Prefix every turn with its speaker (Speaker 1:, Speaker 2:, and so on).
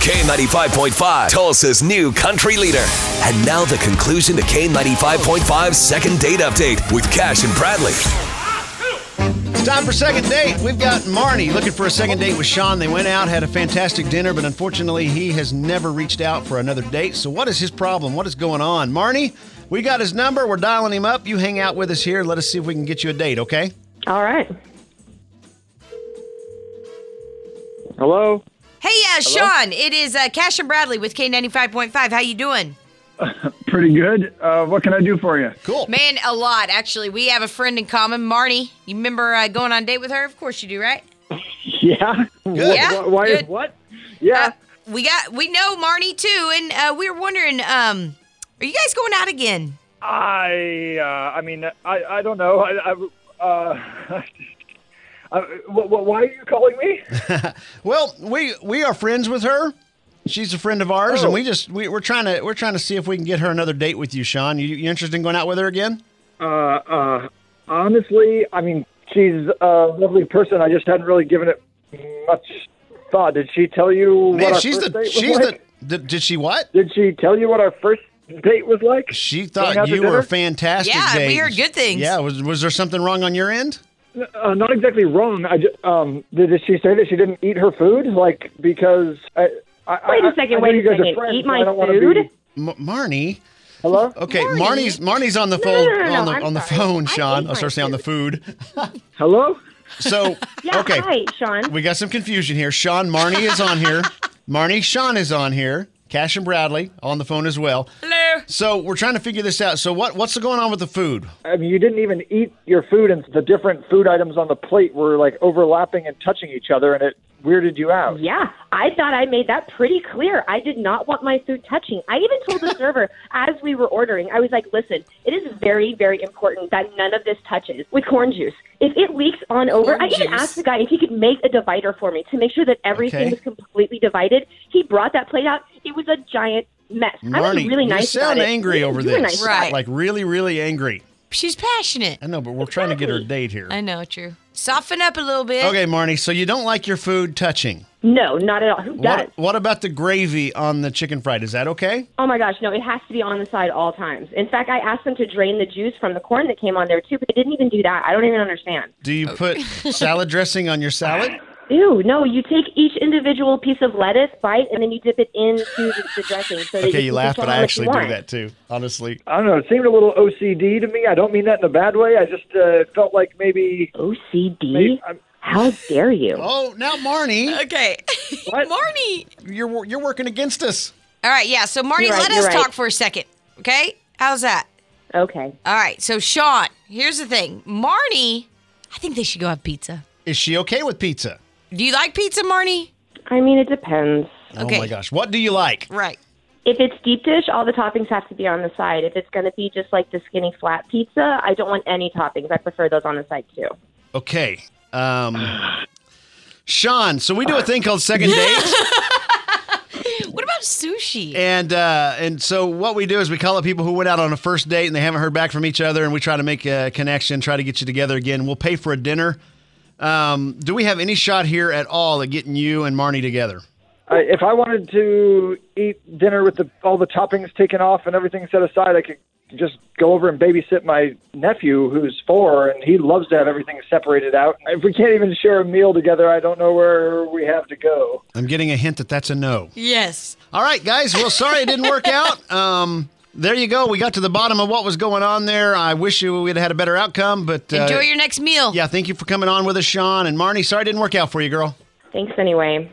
Speaker 1: K95.5, Tulsa's new country leader. And now the conclusion to K95.5's second date update with Cash and Bradley.
Speaker 2: It's time for second date. We've got Marnie looking for a second date with Sean. They went out, had a fantastic dinner, but unfortunately, he has never reached out for another date. So, what is his problem? What is going on? Marnie, we got his number. We're dialing him up. You hang out with us here. Let us see if we can get you a date, okay?
Speaker 3: All right.
Speaker 4: Hello.
Speaker 5: Hey, uh, Sean, it is uh, Cash and Bradley with K95.5. How you doing?
Speaker 4: Pretty good. Uh, what can I do for you?
Speaker 2: Cool.
Speaker 5: Man, a lot, actually. We have a friend in common, Marnie. You remember uh, going on a date with her? Of course you do, right?
Speaker 4: Yeah. What,
Speaker 5: Yeah,
Speaker 4: wh- why?
Speaker 5: good.
Speaker 4: What? Yeah.
Speaker 5: Uh, we got we know Marnie, too, and uh, we were wondering, um, are you guys going out again?
Speaker 4: I. Uh, I mean, I. I don't know. I. I uh, uh, wh- wh- why are you calling me?
Speaker 2: Well, we we are friends with her. She's a friend of ours, and we just we, we're trying to we're trying to see if we can get her another date with you, Sean. You, you interested in going out with her again?
Speaker 4: Uh, uh, honestly, I mean, she's a lovely person. I just hadn't really given it much thought. Did she tell you
Speaker 2: Man,
Speaker 4: what our
Speaker 2: she's
Speaker 4: first
Speaker 2: the
Speaker 4: date was
Speaker 2: she's
Speaker 4: like?
Speaker 2: the did, did she what?
Speaker 4: Did she tell you what our first date was like?
Speaker 2: She
Speaker 4: out
Speaker 2: thought
Speaker 4: to
Speaker 2: you were
Speaker 4: dinner?
Speaker 2: a fantastic.
Speaker 5: Yeah, we
Speaker 2: date.
Speaker 5: heard good things.
Speaker 2: Yeah, was was there something wrong on your end?
Speaker 4: uh, not exactly wrong. I ju- um, did, did she say that she didn't eat her food? Like because I, I
Speaker 3: Wait
Speaker 4: a
Speaker 3: a second, wait a second. Eat my
Speaker 4: I don't wanna
Speaker 3: food?
Speaker 4: Be,
Speaker 2: M- Marnie.
Speaker 4: hello.
Speaker 2: Okay, Marnie's Marnie's on the phone
Speaker 3: no, no, no,
Speaker 2: on the
Speaker 3: I'm
Speaker 2: on the
Speaker 3: sorry.
Speaker 2: phone,
Speaker 3: I
Speaker 2: Sean.
Speaker 3: ate
Speaker 2: I was
Speaker 3: my
Speaker 2: going to say on the food.
Speaker 4: Hello.
Speaker 2: So
Speaker 3: Yeah,
Speaker 2: okay,
Speaker 3: hi, Sean.
Speaker 2: we got some confusion here. Sean Marnie is on here. Marnie Sean is on here. Cash and Bradley on the phone as well.
Speaker 5: Hello.
Speaker 2: So we're trying to figure this out. So what what's going on with the food?
Speaker 4: I mean, you didn't even eat your food, and the different food items on the plate were like overlapping and touching each other, and it weirded you out.
Speaker 3: Yeah, I thought I made that pretty clear. I did not want my food touching. I even told the server as we were ordering, I was like, listen, it is very, very important that none of this touches with corn juice. If it leaks on over,
Speaker 5: Corn
Speaker 3: I even
Speaker 5: juice.
Speaker 3: asked the guy if he could make a divider for me to make sure that everything
Speaker 2: Okay.
Speaker 3: was completely divided. He brought that plate out. It was a giant mess. I was
Speaker 2: Marnie,
Speaker 3: really nice
Speaker 2: you sound
Speaker 3: about it.
Speaker 2: angry
Speaker 3: You
Speaker 2: over
Speaker 3: were
Speaker 2: this.
Speaker 3: nice about
Speaker 5: Right.
Speaker 2: Like really really angry.
Speaker 5: She's passionate.
Speaker 2: I know, but we're trying to get her a date here.
Speaker 5: I know, true. Soften up a little bit.
Speaker 2: Okay, Marnie, so you don't like your food touching.
Speaker 3: it. No, not at all. Who does?
Speaker 2: What what about the gravy on the chicken fried? Is that okay?
Speaker 3: Oh my gosh, no, it has to be on the side all times. In fact, I asked them to drain the juice from the corn that came on there too, but they didn't even do that. I don't even understand.
Speaker 2: Do you put salad dressing on your salad?
Speaker 3: Ew, no, you take each individual piece of lettuce, bite, and then you dip it into the, the dressing. So that
Speaker 2: Okay,
Speaker 3: you
Speaker 2: you
Speaker 3: can
Speaker 2: laugh,
Speaker 3: control
Speaker 2: but I
Speaker 3: how much you
Speaker 2: actually do
Speaker 3: want. Uh,
Speaker 2: that too. Honestly,
Speaker 4: I don't know. It seemed a little OCD to me. I don't mean that in a bad way. I just uh, felt like maybe
Speaker 3: OCD?
Speaker 4: Wait, I'm-
Speaker 3: How dare you?
Speaker 2: Oh, now Marnie,
Speaker 5: Okay.
Speaker 4: What?
Speaker 5: Marnie.
Speaker 2: you're you're working against us.
Speaker 5: All right, yeah. So, Marnie,
Speaker 3: You're right,
Speaker 5: let us
Speaker 3: you're right.
Speaker 5: talk for a second, okay? How's that?
Speaker 2: Oh.
Speaker 3: Okay.
Speaker 5: All right, so, Sean, here's the thing. Marnie, I think they should go have pizza.
Speaker 2: Is she okay with pizza?
Speaker 5: Do you like pizza, Marnie?
Speaker 3: I mean, it depends.
Speaker 2: Oh my gosh, what do you like?
Speaker 5: Right.
Speaker 3: If it's deep dish, all the toppings have to be on the side. If it's going to be just like the skinny flat pizza, I don't want any toppings. I prefer those on the side too.
Speaker 2: Okay, um, Sean. So we do a thing called second date,
Speaker 5: What about sushi?
Speaker 2: and uh, and so what we do is we call up people who went out on a first date and they haven't heard back from each other, and we try to make a connection, try to get you together again. We'll pay for a dinner. Um, do we have any shot here at all at getting you and Marnie together?
Speaker 4: I, if I wanted to eat dinner with the, all the toppings taken off and everything set aside, I could just go over and babysit my nephew who's four, and he loves to have everything separated out. If we can't even share a meal together, I don't know where we have to go.
Speaker 2: I'm getting a hint that that's a no.
Speaker 5: yes.
Speaker 2: All right, guys. Well, sorry it didn't work out. Um, there you go. We got to the bottom of what was going on there. I wish you we'd had a better outcome, but uh,
Speaker 5: Enjoy your next meal.
Speaker 2: yeah. Thank you for coming on with us, Sean and Marnie. Sorry it didn't work out for you, girl.
Speaker 3: Thanks anyway.